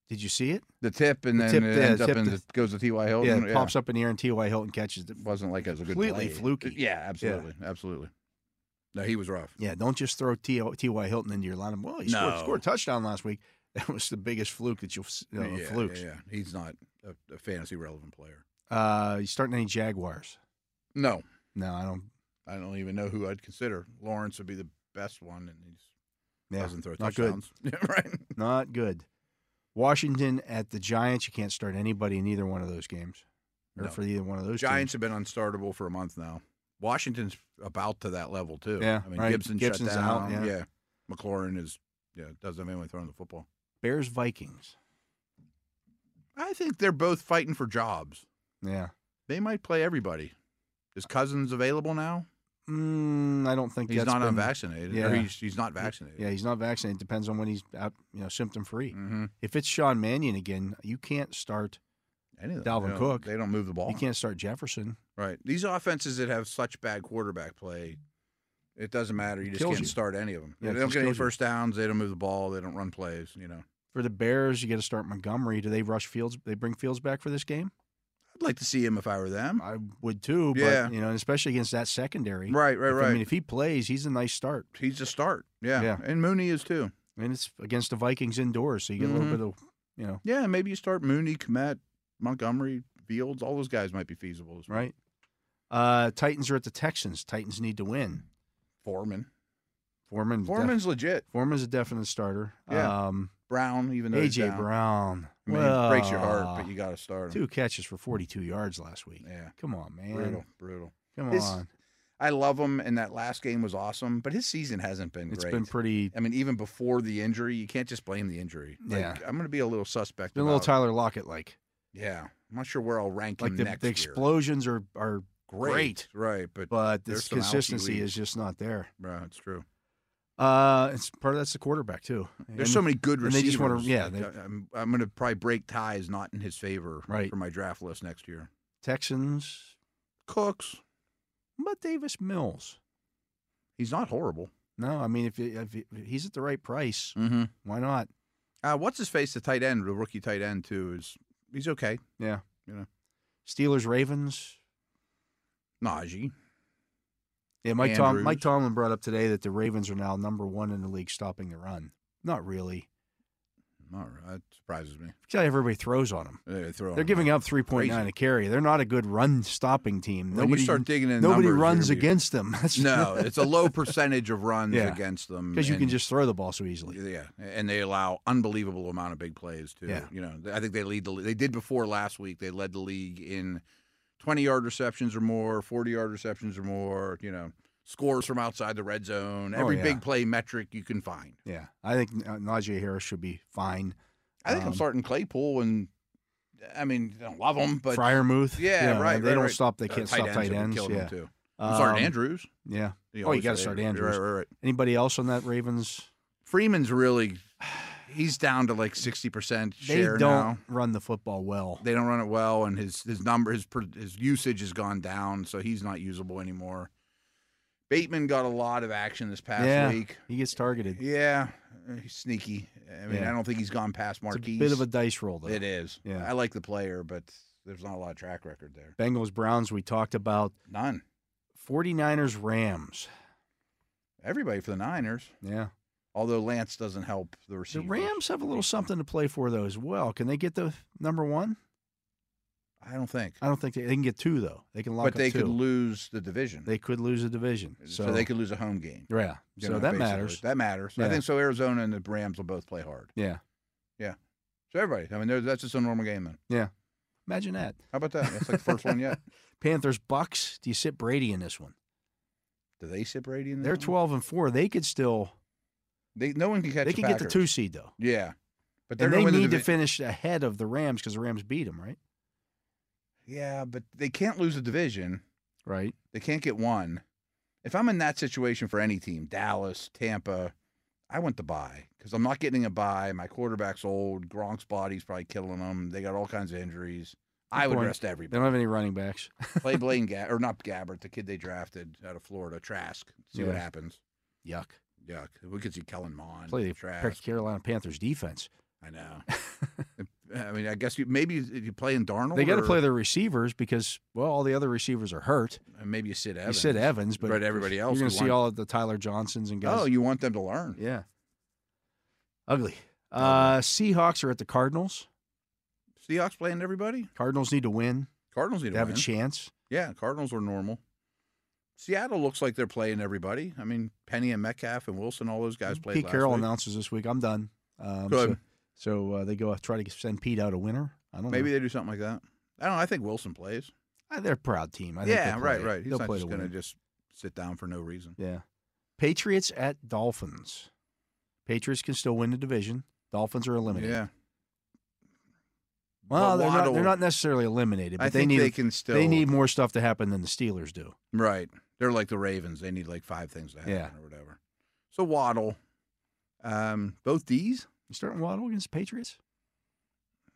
[SPEAKER 1] Did you see it?
[SPEAKER 2] the tip, and
[SPEAKER 1] The
[SPEAKER 2] then
[SPEAKER 1] tip,
[SPEAKER 2] it
[SPEAKER 1] yeah,
[SPEAKER 2] ends up
[SPEAKER 1] tip
[SPEAKER 2] and
[SPEAKER 1] the-
[SPEAKER 2] it goes to T.Y.
[SPEAKER 1] yeah,
[SPEAKER 2] Hilton.
[SPEAKER 1] it pops up in the air and T.Y. Hilton catches it.
[SPEAKER 2] Wasn't like it was a good
[SPEAKER 1] Completely
[SPEAKER 2] play.
[SPEAKER 1] fluky.
[SPEAKER 2] Yeah, absolutely, absolutely. No, he was rough.
[SPEAKER 1] Yeah, don't just throw T.O. T.Y. Hilton into your lineup. Well, he scored,
[SPEAKER 2] No.
[SPEAKER 1] scored a touchdown last week. That was the biggest fluke that you'll s- you know,
[SPEAKER 2] yeah,
[SPEAKER 1] flukes.
[SPEAKER 2] yeah, yeah. he's not a, a fantasy relevant player.
[SPEAKER 1] Uh, you starting any Jaguars?
[SPEAKER 2] No,
[SPEAKER 1] No, I don't.
[SPEAKER 2] I don't even know who I'd consider. Lawrence would be the best one, and he
[SPEAKER 1] Yeah,
[SPEAKER 2] doesn't throw
[SPEAKER 1] not good.
[SPEAKER 2] touchdowns. Yeah, right.
[SPEAKER 1] Not good. Washington at the Giants. You can't start anybody in either one of those games, or
[SPEAKER 2] No.
[SPEAKER 1] for either one of those
[SPEAKER 2] Giants have been unstartable for a month now. Washington's about to that level too.
[SPEAKER 1] Yeah,
[SPEAKER 2] I mean
[SPEAKER 1] right.
[SPEAKER 2] Gibson
[SPEAKER 1] Gibson's
[SPEAKER 2] shut down.
[SPEAKER 1] out, yeah.
[SPEAKER 2] McLaurin is yeah doesn't have anyone throwing the football.
[SPEAKER 1] Teams. Bears Vikings.
[SPEAKER 2] I think they're both fighting for jobs.
[SPEAKER 1] Yeah,
[SPEAKER 2] They might play everybody. Is Cousins available now?
[SPEAKER 1] mm, I don't think
[SPEAKER 2] He's
[SPEAKER 1] that's
[SPEAKER 2] not
[SPEAKER 1] been-
[SPEAKER 2] unvaccinated.
[SPEAKER 1] yeah.
[SPEAKER 2] Or he's, he's not vaccinated.
[SPEAKER 1] Yeah, he's not vaccinated. Depends on when he's out, you know, symptom free.
[SPEAKER 2] Mm-hmm.
[SPEAKER 1] If it's Sean Mannion again, you can't start.
[SPEAKER 2] Anything.
[SPEAKER 1] Dalvin
[SPEAKER 2] They don't-
[SPEAKER 1] Cook.
[SPEAKER 2] They don't move the ball.
[SPEAKER 1] You can't start Jefferson.
[SPEAKER 2] Right. These offenses that have such bad quarterback play, it doesn't matter. You just
[SPEAKER 1] Kills
[SPEAKER 2] can't
[SPEAKER 1] you.
[SPEAKER 2] start any of them.
[SPEAKER 1] Yeah, it
[SPEAKER 2] they don't
[SPEAKER 1] just
[SPEAKER 2] get any
[SPEAKER 1] kills you.
[SPEAKER 2] first downs. They don't move the ball. They don't run plays. You know.
[SPEAKER 1] For the Bears, you got to start Montgomery. Do they rush Fields? They bring Fields back for this game?
[SPEAKER 2] I'd like to see him if I were them.
[SPEAKER 1] I would too. But,
[SPEAKER 2] Yeah.
[SPEAKER 1] You know, and especially against that secondary.
[SPEAKER 2] Right. Right.
[SPEAKER 1] If-
[SPEAKER 2] Right.
[SPEAKER 1] I mean, if he plays, he's a nice start.
[SPEAKER 2] he's a start. Yeah.
[SPEAKER 1] Yeah.
[SPEAKER 2] And Mooney is too.
[SPEAKER 1] And it's against the Vikings indoors, so you get a
[SPEAKER 2] Mhm.
[SPEAKER 1] little bit of, you know,
[SPEAKER 2] Yeah. Maybe you start Mooney, Komet, Montgomery, Fields. All those guys might be feasible. as well.
[SPEAKER 1] right? Uh, Titans are at the Texans. Titans need to win.
[SPEAKER 2] Foreman.
[SPEAKER 1] Foreman.
[SPEAKER 2] Foreman's legit.
[SPEAKER 1] Foreman's a definite starter.
[SPEAKER 2] Yeah.
[SPEAKER 1] Um,
[SPEAKER 2] Brown, even though he's
[SPEAKER 1] AJ
[SPEAKER 2] down.
[SPEAKER 1] Brown.
[SPEAKER 2] I mean,
[SPEAKER 1] well,
[SPEAKER 2] it breaks your heart, but you got to start him.
[SPEAKER 1] two catches for 42 yards last week.
[SPEAKER 2] Yeah.
[SPEAKER 1] Come on, man.
[SPEAKER 2] Brutal. Brutal.
[SPEAKER 1] Come
[SPEAKER 2] This-
[SPEAKER 1] on.
[SPEAKER 2] I love him, and that last game was awesome. But his season hasn't been
[SPEAKER 1] It's
[SPEAKER 2] great.
[SPEAKER 1] been pretty.
[SPEAKER 2] I mean, even before the injury, you can't just blame the injury. Like,
[SPEAKER 1] Yeah.
[SPEAKER 2] I'm going to be a little suspect.
[SPEAKER 1] Been a little
[SPEAKER 2] about-
[SPEAKER 1] Tyler Lockett like.
[SPEAKER 2] Yeah, I'm not sure where I'll rank
[SPEAKER 1] Like
[SPEAKER 2] him
[SPEAKER 1] the,
[SPEAKER 2] next
[SPEAKER 1] the
[SPEAKER 2] year.
[SPEAKER 1] explosions are are great,
[SPEAKER 2] right? But
[SPEAKER 1] but
[SPEAKER 2] There's
[SPEAKER 1] this
[SPEAKER 2] some ouchie
[SPEAKER 1] consistency
[SPEAKER 2] weeks.
[SPEAKER 1] is just not there.
[SPEAKER 2] Bruh, it's true.
[SPEAKER 1] Uh, it's part of that's the quarterback too.
[SPEAKER 2] There's so many good
[SPEAKER 1] and
[SPEAKER 2] receivers.
[SPEAKER 1] they just wanna- yeah,
[SPEAKER 2] like,
[SPEAKER 1] they-
[SPEAKER 2] I- I'm, I'm going to probably break ties not in his favor
[SPEAKER 1] Right.
[SPEAKER 2] for my draft list next year.
[SPEAKER 1] Texans,
[SPEAKER 2] Cooks,
[SPEAKER 1] but Davis Mills.
[SPEAKER 2] he's not horrible.
[SPEAKER 1] No, I mean if, you- if you- he's at the right price,
[SPEAKER 2] Mm-hmm.
[SPEAKER 1] why not?
[SPEAKER 2] Uh, what's his face? The tight end, the rookie tight end too, is he's okay.
[SPEAKER 1] Yeah,
[SPEAKER 2] You know.
[SPEAKER 1] Steelers Ravens.
[SPEAKER 2] Najee,
[SPEAKER 1] Yeah, Mike Tom,
[SPEAKER 2] Andrews.
[SPEAKER 1] Mike Tomlin brought up today that the Ravens are now number one in the league stopping the run. Not really.
[SPEAKER 2] not, that surprises me.
[SPEAKER 1] Because everybody throws on them.
[SPEAKER 2] They throw
[SPEAKER 1] They're
[SPEAKER 2] him.
[SPEAKER 1] giving up 3.9 a carry. They're not a good run stopping team.
[SPEAKER 2] When
[SPEAKER 1] Nobody
[SPEAKER 2] you start digging in
[SPEAKER 1] nobody
[SPEAKER 2] numbers, you're
[SPEAKER 1] runs
[SPEAKER 2] gonna be-
[SPEAKER 1] against them. That's
[SPEAKER 2] No, it's a low percentage of runs
[SPEAKER 1] Yeah.
[SPEAKER 2] against them
[SPEAKER 1] because you can
[SPEAKER 2] and-
[SPEAKER 1] just throw the ball so easily.
[SPEAKER 2] yeah, and they allow unbelievable amount of big plays too.
[SPEAKER 1] Yeah.
[SPEAKER 2] You know, I think they lead the they did before last week. They led the league in twenty yard receptions or more, forty yard receptions or more. You know, scores from outside the red zone,
[SPEAKER 1] Oh,
[SPEAKER 2] every
[SPEAKER 1] yeah.
[SPEAKER 2] big play metric you can find.
[SPEAKER 1] Yeah, I think uh, Najee Harris should be fine.
[SPEAKER 2] I think I'm
[SPEAKER 1] Um,
[SPEAKER 2] starting Claypool, and I mean, I don't love him, but
[SPEAKER 1] Fryermuth,
[SPEAKER 2] Yeah,
[SPEAKER 1] you know,
[SPEAKER 2] right,
[SPEAKER 1] They
[SPEAKER 2] right,
[SPEAKER 1] don't
[SPEAKER 2] right.
[SPEAKER 1] stop. They
[SPEAKER 2] uh,
[SPEAKER 1] can't stop tight
[SPEAKER 2] would
[SPEAKER 1] ends.
[SPEAKER 2] kill him,
[SPEAKER 1] Yeah,
[SPEAKER 2] too. I'm starting
[SPEAKER 1] Um,
[SPEAKER 2] Andrews.
[SPEAKER 1] Yeah.
[SPEAKER 2] You
[SPEAKER 1] you
[SPEAKER 2] always
[SPEAKER 1] gotta
[SPEAKER 2] say
[SPEAKER 1] start
[SPEAKER 2] Andrews.
[SPEAKER 1] Andrews.
[SPEAKER 2] Right, right, right.
[SPEAKER 1] Anybody else on that Ravens?
[SPEAKER 2] Freeman's really. He's down to like sixty percent
[SPEAKER 1] They
[SPEAKER 2] share
[SPEAKER 1] don't
[SPEAKER 2] now.
[SPEAKER 1] run the football well.
[SPEAKER 2] they don't run it well, and his his number his per- his usage has gone down, so he's not usable anymore. Bateman got a lot of action this past
[SPEAKER 1] Yeah.
[SPEAKER 2] week.
[SPEAKER 1] He gets targeted.
[SPEAKER 2] Yeah, uh, he's sneaky. I mean,
[SPEAKER 1] Yeah.
[SPEAKER 2] I don't think he's gone past
[SPEAKER 1] It's a
[SPEAKER 2] Marquise.
[SPEAKER 1] bit of a dice roll, though.
[SPEAKER 2] it is.
[SPEAKER 1] Yeah.
[SPEAKER 2] I like the player, but there's not a lot of track record there.
[SPEAKER 1] Bengals Browns. We talked about
[SPEAKER 2] None.
[SPEAKER 1] 49ers Rams.
[SPEAKER 2] Everybody for the Niners,
[SPEAKER 1] Yeah.
[SPEAKER 2] although Lance doesn't help the
[SPEAKER 1] The
[SPEAKER 2] receivers.
[SPEAKER 1] Rams have a little something to play for though as well. Can they get the number one?
[SPEAKER 2] I don't think,
[SPEAKER 1] I don't think they, they can get two though. They can lock
[SPEAKER 2] but
[SPEAKER 1] up
[SPEAKER 2] they
[SPEAKER 1] two.
[SPEAKER 2] could lose the division,
[SPEAKER 1] they could lose a division.
[SPEAKER 2] so,
[SPEAKER 1] So,
[SPEAKER 2] they could lose a home game.
[SPEAKER 1] Yeah.
[SPEAKER 2] you
[SPEAKER 1] So
[SPEAKER 2] know,
[SPEAKER 1] that
[SPEAKER 2] basically.
[SPEAKER 1] matters.
[SPEAKER 2] That matters. I
[SPEAKER 1] Yeah.
[SPEAKER 2] think so. Arizona and the Rams will both play hard.
[SPEAKER 1] Yeah.
[SPEAKER 2] So everybody, I mean, there- that's just a normal game then.
[SPEAKER 1] Imagine that.
[SPEAKER 2] How about that? That's like the first one yet.
[SPEAKER 1] Panthers Bucks. Do you sit Brady in this one?
[SPEAKER 2] Do they sit Brady in? this
[SPEAKER 1] They're
[SPEAKER 2] one?
[SPEAKER 1] 12 and four. They could still.
[SPEAKER 2] They no one can catch.
[SPEAKER 1] They can get the
[SPEAKER 2] Packers.
[SPEAKER 1] two seed though.
[SPEAKER 2] Yeah, but they're
[SPEAKER 1] And
[SPEAKER 2] gonna
[SPEAKER 1] they
[SPEAKER 2] win the
[SPEAKER 1] need to
[SPEAKER 2] divi-
[SPEAKER 1] finish ahead of the Rams because the Rams beat them, right?
[SPEAKER 2] Yeah, but they can't lose a division.
[SPEAKER 1] Right.
[SPEAKER 2] They can't get one. If I'm in that situation for any team, Dallas, Tampa, I want the buy because I'm not getting a buy. My quarterback's old. Gronk's body's probably killing him. They got all kinds of injuries. I would
[SPEAKER 1] point.
[SPEAKER 2] rest
[SPEAKER 1] They
[SPEAKER 2] everybody.
[SPEAKER 1] don't have any running backs.
[SPEAKER 2] Play Blaine Gabbert, or not Gabbert, the kid they drafted out of Florida, Trask. See what
[SPEAKER 1] Yeah.
[SPEAKER 2] happens.
[SPEAKER 1] Yuck.
[SPEAKER 2] Yuck. We could see Kellen Mond.
[SPEAKER 1] Play the
[SPEAKER 2] Trask.
[SPEAKER 1] Carolina Panthers defense.
[SPEAKER 2] I know. I mean, I guess you maybe you play in Darnold.
[SPEAKER 1] They got to
[SPEAKER 2] or-
[SPEAKER 1] play their receivers because well, all the other receivers are hurt.
[SPEAKER 2] and maybe you sit
[SPEAKER 1] You
[SPEAKER 2] Evans.
[SPEAKER 1] said Evans, but
[SPEAKER 2] But everybody else
[SPEAKER 1] You're going
[SPEAKER 2] you
[SPEAKER 1] to see
[SPEAKER 2] want-
[SPEAKER 1] all of the Tyler Johnsons and guys.
[SPEAKER 2] Oh, you want them to learn?
[SPEAKER 1] yeah. Ugly. Uh, Seahawks are at the Cardinals.
[SPEAKER 2] Seahawks playing everybody.
[SPEAKER 1] Cardinals need to win
[SPEAKER 2] Cardinals need
[SPEAKER 1] to
[SPEAKER 2] to
[SPEAKER 1] have
[SPEAKER 2] win.
[SPEAKER 1] a chance.
[SPEAKER 2] Yeah, Cardinals are normal. Seattle looks like they're playing everybody. I mean, Penny and Metcalf and Wilson, all those guys played
[SPEAKER 1] Pete
[SPEAKER 2] last
[SPEAKER 1] Carroll
[SPEAKER 2] week.
[SPEAKER 1] announces this week, "I'm done." Um,
[SPEAKER 2] Good.
[SPEAKER 1] So, so, uh, they go out, try to send Pete out a winner. I don't
[SPEAKER 2] Maybe
[SPEAKER 1] know.
[SPEAKER 2] they do something like that. I don't know. I think Wilson plays.
[SPEAKER 1] Uh, they're a proud team. I think
[SPEAKER 2] yeah,
[SPEAKER 1] they'll
[SPEAKER 2] right,
[SPEAKER 1] play-
[SPEAKER 2] right. He's
[SPEAKER 1] They'll
[SPEAKER 2] not
[SPEAKER 1] play
[SPEAKER 2] just
[SPEAKER 1] to
[SPEAKER 2] going to
[SPEAKER 1] win.
[SPEAKER 2] just sit down for no reason.
[SPEAKER 1] Yeah. Patriots at Dolphins. Patriots can still win the division. Dolphins are eliminated.
[SPEAKER 2] Yeah.
[SPEAKER 1] Well,
[SPEAKER 2] But
[SPEAKER 1] they're not,
[SPEAKER 2] Waddle-
[SPEAKER 1] they're not necessarily eliminated, but
[SPEAKER 2] I
[SPEAKER 1] they
[SPEAKER 2] think
[SPEAKER 1] need
[SPEAKER 2] they can still.
[SPEAKER 1] they need more stuff to happen than the Steelers do.
[SPEAKER 2] Right. They're like the Ravens. They need like five things to happen
[SPEAKER 1] Yeah.
[SPEAKER 2] or whatever. So Waddle, um, both D's,
[SPEAKER 1] You starting Waddle against the Patriots?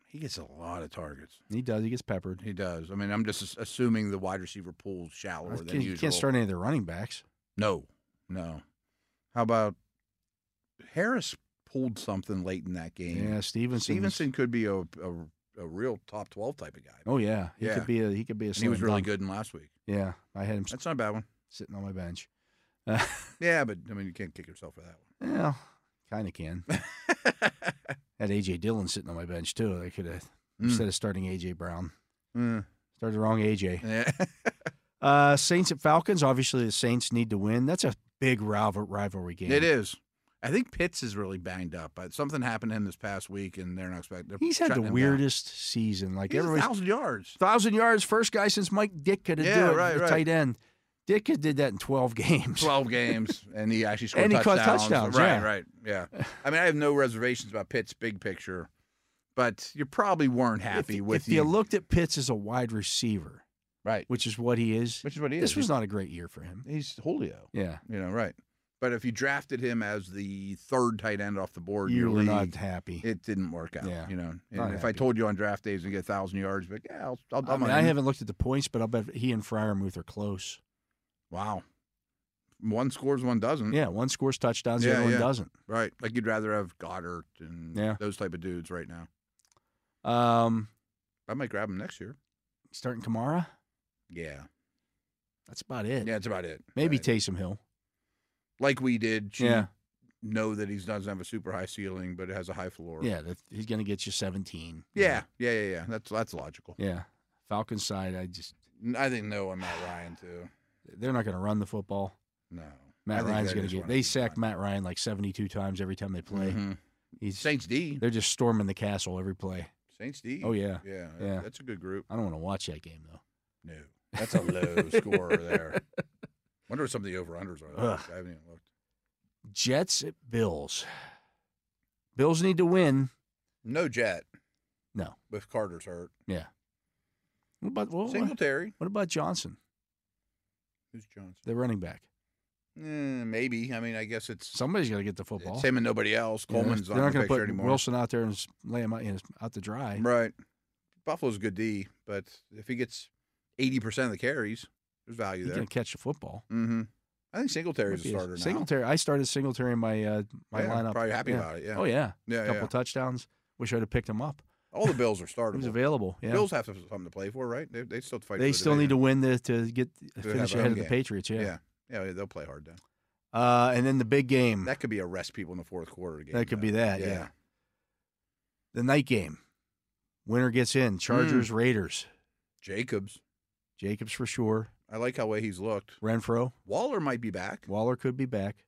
[SPEAKER 2] he gets a lot of targets.
[SPEAKER 1] He does. He gets peppered.
[SPEAKER 2] He does. I mean, I'm just as- assuming the wide receiver pool's shallower
[SPEAKER 1] Can't-
[SPEAKER 2] than
[SPEAKER 1] you
[SPEAKER 2] usual.
[SPEAKER 1] can't start any of their running backs.
[SPEAKER 2] No, no. How about Harris pulled something late in that game?
[SPEAKER 1] Yeah, Stevenson.
[SPEAKER 2] Stevenson could be a, a, a real top 12 type of guy.
[SPEAKER 1] Oh yeah, he
[SPEAKER 2] Yeah.
[SPEAKER 1] could be a he could be a.
[SPEAKER 2] and he was
[SPEAKER 1] slam
[SPEAKER 2] really
[SPEAKER 1] dunk.
[SPEAKER 2] good in last week.
[SPEAKER 1] Yeah, I had him s-
[SPEAKER 2] That's not a bad one.
[SPEAKER 1] sitting on my bench. Uh,
[SPEAKER 2] Yeah, but I mean, you can't kick yourself for that
[SPEAKER 1] well, kind of can.
[SPEAKER 2] one.
[SPEAKER 1] Had AJ Dillon sitting on my bench too. I could have
[SPEAKER 2] Mm.
[SPEAKER 1] instead of starting AJ Brown,
[SPEAKER 2] Mm,
[SPEAKER 1] started the wrong AJ.
[SPEAKER 2] yeah.
[SPEAKER 1] Uh, Saints at Falcons. Obviously, the Saints need to win. That's a big rival rivalry game.
[SPEAKER 2] It is. I think Pitts is really banged up. But something happened to him this past week, and they're not expecting. they're
[SPEAKER 1] He's had
[SPEAKER 2] shutting
[SPEAKER 1] the
[SPEAKER 2] him down.
[SPEAKER 1] weirdest season. Like
[SPEAKER 2] He's a
[SPEAKER 1] everybody's
[SPEAKER 2] thousand yards.
[SPEAKER 1] thousand yards, first guy since Mike Ditka to
[SPEAKER 2] Yeah,
[SPEAKER 1] do it,
[SPEAKER 2] right,
[SPEAKER 1] the
[SPEAKER 2] right.
[SPEAKER 1] tight end. Ditka did that in twelve games.
[SPEAKER 2] Twelve games, and he actually scored
[SPEAKER 1] And he caught
[SPEAKER 2] touchdowns.
[SPEAKER 1] touchdowns,
[SPEAKER 2] Right,
[SPEAKER 1] yeah.
[SPEAKER 2] right, yeah. I mean, I have no reservations about Pitts' big picture, but you probably weren't happy
[SPEAKER 1] if,
[SPEAKER 2] with
[SPEAKER 1] if
[SPEAKER 2] the
[SPEAKER 1] you looked at Pitts as a wide receiver,
[SPEAKER 2] right,
[SPEAKER 1] which is what he is,
[SPEAKER 2] which is what he is.
[SPEAKER 1] this was not a great year for him.
[SPEAKER 2] he's Julio,
[SPEAKER 1] Yeah,
[SPEAKER 2] you know, right? But if you drafted him as the third tight end off the board, in
[SPEAKER 1] you
[SPEAKER 2] your
[SPEAKER 1] were not
[SPEAKER 2] league,
[SPEAKER 1] happy.
[SPEAKER 2] it didn't work out.
[SPEAKER 1] Yeah.
[SPEAKER 2] You know, and
[SPEAKER 1] Not
[SPEAKER 2] if I
[SPEAKER 1] happy.
[SPEAKER 2] told you on draft days and get a thousand yards, but yeah, I'll, I'll,
[SPEAKER 1] I,
[SPEAKER 2] I'm
[SPEAKER 1] mean,
[SPEAKER 2] on
[SPEAKER 1] I
[SPEAKER 2] him.
[SPEAKER 1] haven't looked at the points, but I'll bet he and Fryermuth are close.
[SPEAKER 2] Wow. One scores, one doesn't.
[SPEAKER 1] Yeah, one scores touchdowns,
[SPEAKER 2] Mm. Yeah,
[SPEAKER 1] the other one
[SPEAKER 2] yeah.
[SPEAKER 1] doesn't.
[SPEAKER 2] Right. Like you'd rather have Goddard and
[SPEAKER 1] Yeah.
[SPEAKER 2] those type of dudes right now.
[SPEAKER 1] Um,
[SPEAKER 2] I might grab him next year.
[SPEAKER 1] starting Kamara,
[SPEAKER 2] Yeah.
[SPEAKER 1] that's about it.
[SPEAKER 2] Yeah, that's about it.
[SPEAKER 1] Maybe
[SPEAKER 2] Right.
[SPEAKER 1] Taysom Hill.
[SPEAKER 2] like we did. She
[SPEAKER 1] Yeah,
[SPEAKER 2] Know that he doesn't have a super high ceiling, but it has a high floor.
[SPEAKER 1] yeah, that, he's going to get you seventeen.
[SPEAKER 2] Yeah. Yeah. Yeah. yeah. That's that's logical.
[SPEAKER 1] yeah. Falcons side, I just
[SPEAKER 2] N- I think no on Matt Ryan too.
[SPEAKER 1] they're not going to run the football.
[SPEAKER 2] No. I
[SPEAKER 1] Matt
[SPEAKER 2] think
[SPEAKER 1] Ryan's
[SPEAKER 2] they
[SPEAKER 1] going to
[SPEAKER 2] just
[SPEAKER 1] get.
[SPEAKER 2] wanna
[SPEAKER 1] They
[SPEAKER 2] keep
[SPEAKER 1] sack
[SPEAKER 2] Ryan.
[SPEAKER 1] Matt Ryan like seventy-two times every time they play.
[SPEAKER 2] Mhm.
[SPEAKER 1] He's
[SPEAKER 2] Saints D.
[SPEAKER 1] they're just storming the castle every play.
[SPEAKER 2] Saints D.
[SPEAKER 1] Oh yeah,
[SPEAKER 2] Yeah.
[SPEAKER 1] Yeah. Uh,
[SPEAKER 2] That's a good group.
[SPEAKER 1] I don't want to watch that game though.
[SPEAKER 2] No. That's a low scorer there. Wonder what some of the over unders are.
[SPEAKER 1] Ugh.
[SPEAKER 2] I haven't even looked.
[SPEAKER 1] Jets at Bills. Bills need to win.
[SPEAKER 2] No jet.
[SPEAKER 1] No.
[SPEAKER 2] With Carter's hurt.
[SPEAKER 1] What about what, what
[SPEAKER 2] Singletary.
[SPEAKER 1] about Johnson,
[SPEAKER 2] Who's Johnson?
[SPEAKER 1] the running back?
[SPEAKER 2] Eh, maybe. I mean, I guess it's,
[SPEAKER 1] Somebody's got to get the
[SPEAKER 2] it's
[SPEAKER 1] football.
[SPEAKER 2] him and nobody else.
[SPEAKER 1] You know,
[SPEAKER 2] Coleman's
[SPEAKER 1] they're
[SPEAKER 2] not
[SPEAKER 1] not
[SPEAKER 2] in
[SPEAKER 1] going
[SPEAKER 2] the
[SPEAKER 1] to
[SPEAKER 2] picture
[SPEAKER 1] put
[SPEAKER 2] anymore.
[SPEAKER 1] Wilson out there and s- lay him out, you know, out to dry.
[SPEAKER 2] Right. Buffalo's a good D, but if he gets 80% of the carries, there's value
[SPEAKER 1] He's
[SPEAKER 2] there.
[SPEAKER 1] going to catch the football.
[SPEAKER 2] Mm-hmm. I think
[SPEAKER 1] Might
[SPEAKER 2] Singletary's a
[SPEAKER 1] be a-
[SPEAKER 2] starter
[SPEAKER 1] Singletary. I started Singletary in my uh,
[SPEAKER 2] now.
[SPEAKER 1] my
[SPEAKER 2] Yeah,
[SPEAKER 1] lineup.
[SPEAKER 2] Probably happy
[SPEAKER 1] Yeah.
[SPEAKER 2] about it. Yeah.
[SPEAKER 1] Oh yeah,
[SPEAKER 2] yeah,
[SPEAKER 1] a couple
[SPEAKER 2] yeah.
[SPEAKER 1] touchdowns. Wish I'd have picked him up.
[SPEAKER 2] All the Bills are
[SPEAKER 1] He was
[SPEAKER 2] startable.
[SPEAKER 1] available. Yeah.
[SPEAKER 2] Bills have to, something to play for, right? They, they still fight.
[SPEAKER 1] they still need to win to, to get
[SPEAKER 2] have
[SPEAKER 1] finish
[SPEAKER 2] a home
[SPEAKER 1] ahead of the
[SPEAKER 2] game.
[SPEAKER 1] Patriots. Yeah.
[SPEAKER 2] Yeah. yeah. Yeah, they'll play hard then.
[SPEAKER 1] Uh, and then the big game,
[SPEAKER 2] That could be a rest people in the fourth quarter game.
[SPEAKER 1] That could
[SPEAKER 2] though.
[SPEAKER 1] be that, yeah. the night game. Winner gets
[SPEAKER 2] Hmm.
[SPEAKER 1] in. Chargers, Raiders.
[SPEAKER 2] Jacobs.
[SPEAKER 1] Jacobs for sure.
[SPEAKER 2] I like how way he's looked.
[SPEAKER 1] Renfro.
[SPEAKER 2] Waller might be back.
[SPEAKER 1] Waller could be back.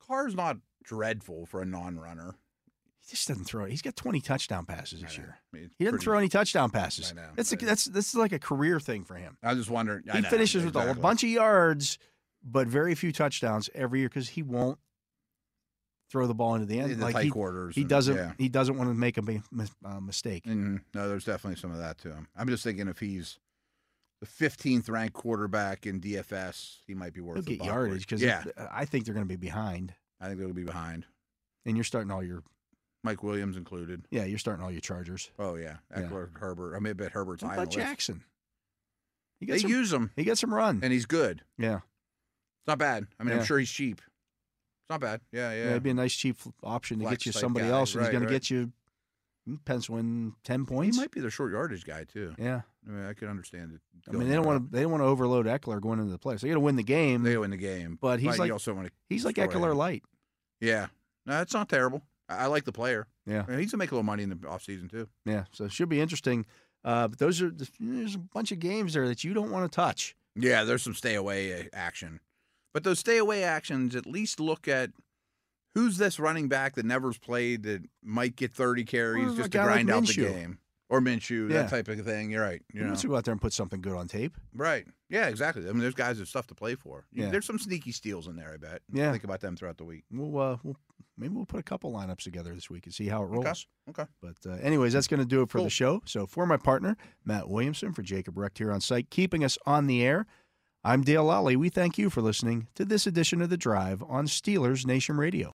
[SPEAKER 2] Carr's not dreadful for a non-runner.
[SPEAKER 1] He just doesn't throw. He's got 20 touchdown passes this
[SPEAKER 2] I know.
[SPEAKER 1] year.
[SPEAKER 2] I mean, it's
[SPEAKER 1] He didn't
[SPEAKER 2] pretty-
[SPEAKER 1] throw any touchdown passes.
[SPEAKER 2] I know,
[SPEAKER 1] That's a,
[SPEAKER 2] I know.
[SPEAKER 1] that's this is like a career thing for him.
[SPEAKER 2] I was just wondering. I
[SPEAKER 1] he
[SPEAKER 2] know,
[SPEAKER 1] finishes with a
[SPEAKER 2] exactly.
[SPEAKER 1] bunch of yards, but very few touchdowns every year because he won't throw the ball into the end.
[SPEAKER 2] in the
[SPEAKER 1] like
[SPEAKER 2] tight
[SPEAKER 1] he,
[SPEAKER 2] quarters.
[SPEAKER 1] he
[SPEAKER 2] and-
[SPEAKER 1] doesn't
[SPEAKER 2] Yeah.
[SPEAKER 1] he doesn't want to make a mi- mis- uh, mistake.
[SPEAKER 2] Mhm. No, there's definitely some of that to him. I'm just thinking if he's the 15th ranked quarterback in DFS, he might be worth.
[SPEAKER 1] He'll
[SPEAKER 2] the
[SPEAKER 1] get
[SPEAKER 2] buck
[SPEAKER 1] yardage
[SPEAKER 2] worth.
[SPEAKER 1] because
[SPEAKER 2] yeah,
[SPEAKER 1] I think they're going to be behind,
[SPEAKER 2] I think they'll be behind.
[SPEAKER 1] and you're starting all your
[SPEAKER 2] Mike Williams included.
[SPEAKER 1] Yeah, you're starting all your Chargers.
[SPEAKER 2] Oh yeah,
[SPEAKER 1] Yeah.
[SPEAKER 2] Eckler, Herbert. I mean, I bet Herbert's
[SPEAKER 1] What
[SPEAKER 2] high on
[SPEAKER 1] about
[SPEAKER 2] the list.
[SPEAKER 1] Jackson? He
[SPEAKER 2] They
[SPEAKER 1] got some,
[SPEAKER 2] use him,
[SPEAKER 1] he got some run.
[SPEAKER 2] and he's good.
[SPEAKER 1] yeah.
[SPEAKER 2] It's not bad. I mean,
[SPEAKER 1] Yeah.
[SPEAKER 2] I'm sure he's cheap. It's not bad. Yeah, yeah.
[SPEAKER 1] yeah, it'd be a nice cheap option to
[SPEAKER 2] Flex
[SPEAKER 1] get you
[SPEAKER 2] type
[SPEAKER 1] somebody
[SPEAKER 2] guy,
[SPEAKER 1] else, and
[SPEAKER 2] right,
[SPEAKER 1] he's going
[SPEAKER 2] right.
[SPEAKER 1] to get you mm, pencil in ten points.
[SPEAKER 2] He might be the short yardage guy too.
[SPEAKER 1] yeah,
[SPEAKER 2] I mean, I could understand it.
[SPEAKER 1] I mean they don't want to they don't want to overload Eckler going into the playoffs. They got to win the game.
[SPEAKER 2] They win the game,
[SPEAKER 1] But he's like-
[SPEAKER 2] you also want to.
[SPEAKER 1] he's like
[SPEAKER 2] destroy
[SPEAKER 1] Eckler
[SPEAKER 2] him.
[SPEAKER 1] light.
[SPEAKER 2] Yeah, no, it's not terrible. I, I like the player.
[SPEAKER 1] Yeah.
[SPEAKER 2] I mean, he's gonna make a little money in the offseason too.
[SPEAKER 1] Yeah, so it should be interesting. Uh, but those are the- there's a bunch of games there that you don't want to touch.
[SPEAKER 2] Yeah, there's some stay away uh, action, but those stay away actions at least look at who's this running back that never's played that might get 30 carries
[SPEAKER 1] Well, a
[SPEAKER 2] just to
[SPEAKER 1] guy like
[SPEAKER 2] grind out the
[SPEAKER 1] Minshew.
[SPEAKER 2] game or Minshew
[SPEAKER 1] Yeah.
[SPEAKER 2] that type of thing. You're right. You
[SPEAKER 1] You
[SPEAKER 2] know.
[SPEAKER 1] want to go out there and put something good on tape.
[SPEAKER 2] Right. Yeah, exactly. I mean, there's guys with stuff to play for. You-
[SPEAKER 1] Yeah.
[SPEAKER 2] There's some sneaky steals in there, I bet.
[SPEAKER 1] Yeah.
[SPEAKER 2] Think about them throughout the week.
[SPEAKER 1] We'll, uh, we'll maybe we'll put a couple lineups together this week and see how it rolls.
[SPEAKER 2] Okay. Okay.
[SPEAKER 1] But uh, anyways, that's going to do it for
[SPEAKER 2] Cool.
[SPEAKER 1] the show. So for my partner Matt Williamson, for Jacob Recht here on site, keeping us on the air. I'm Dale Lally. We thank you for listening to this edition of the Drive on Steelers Nation Radio.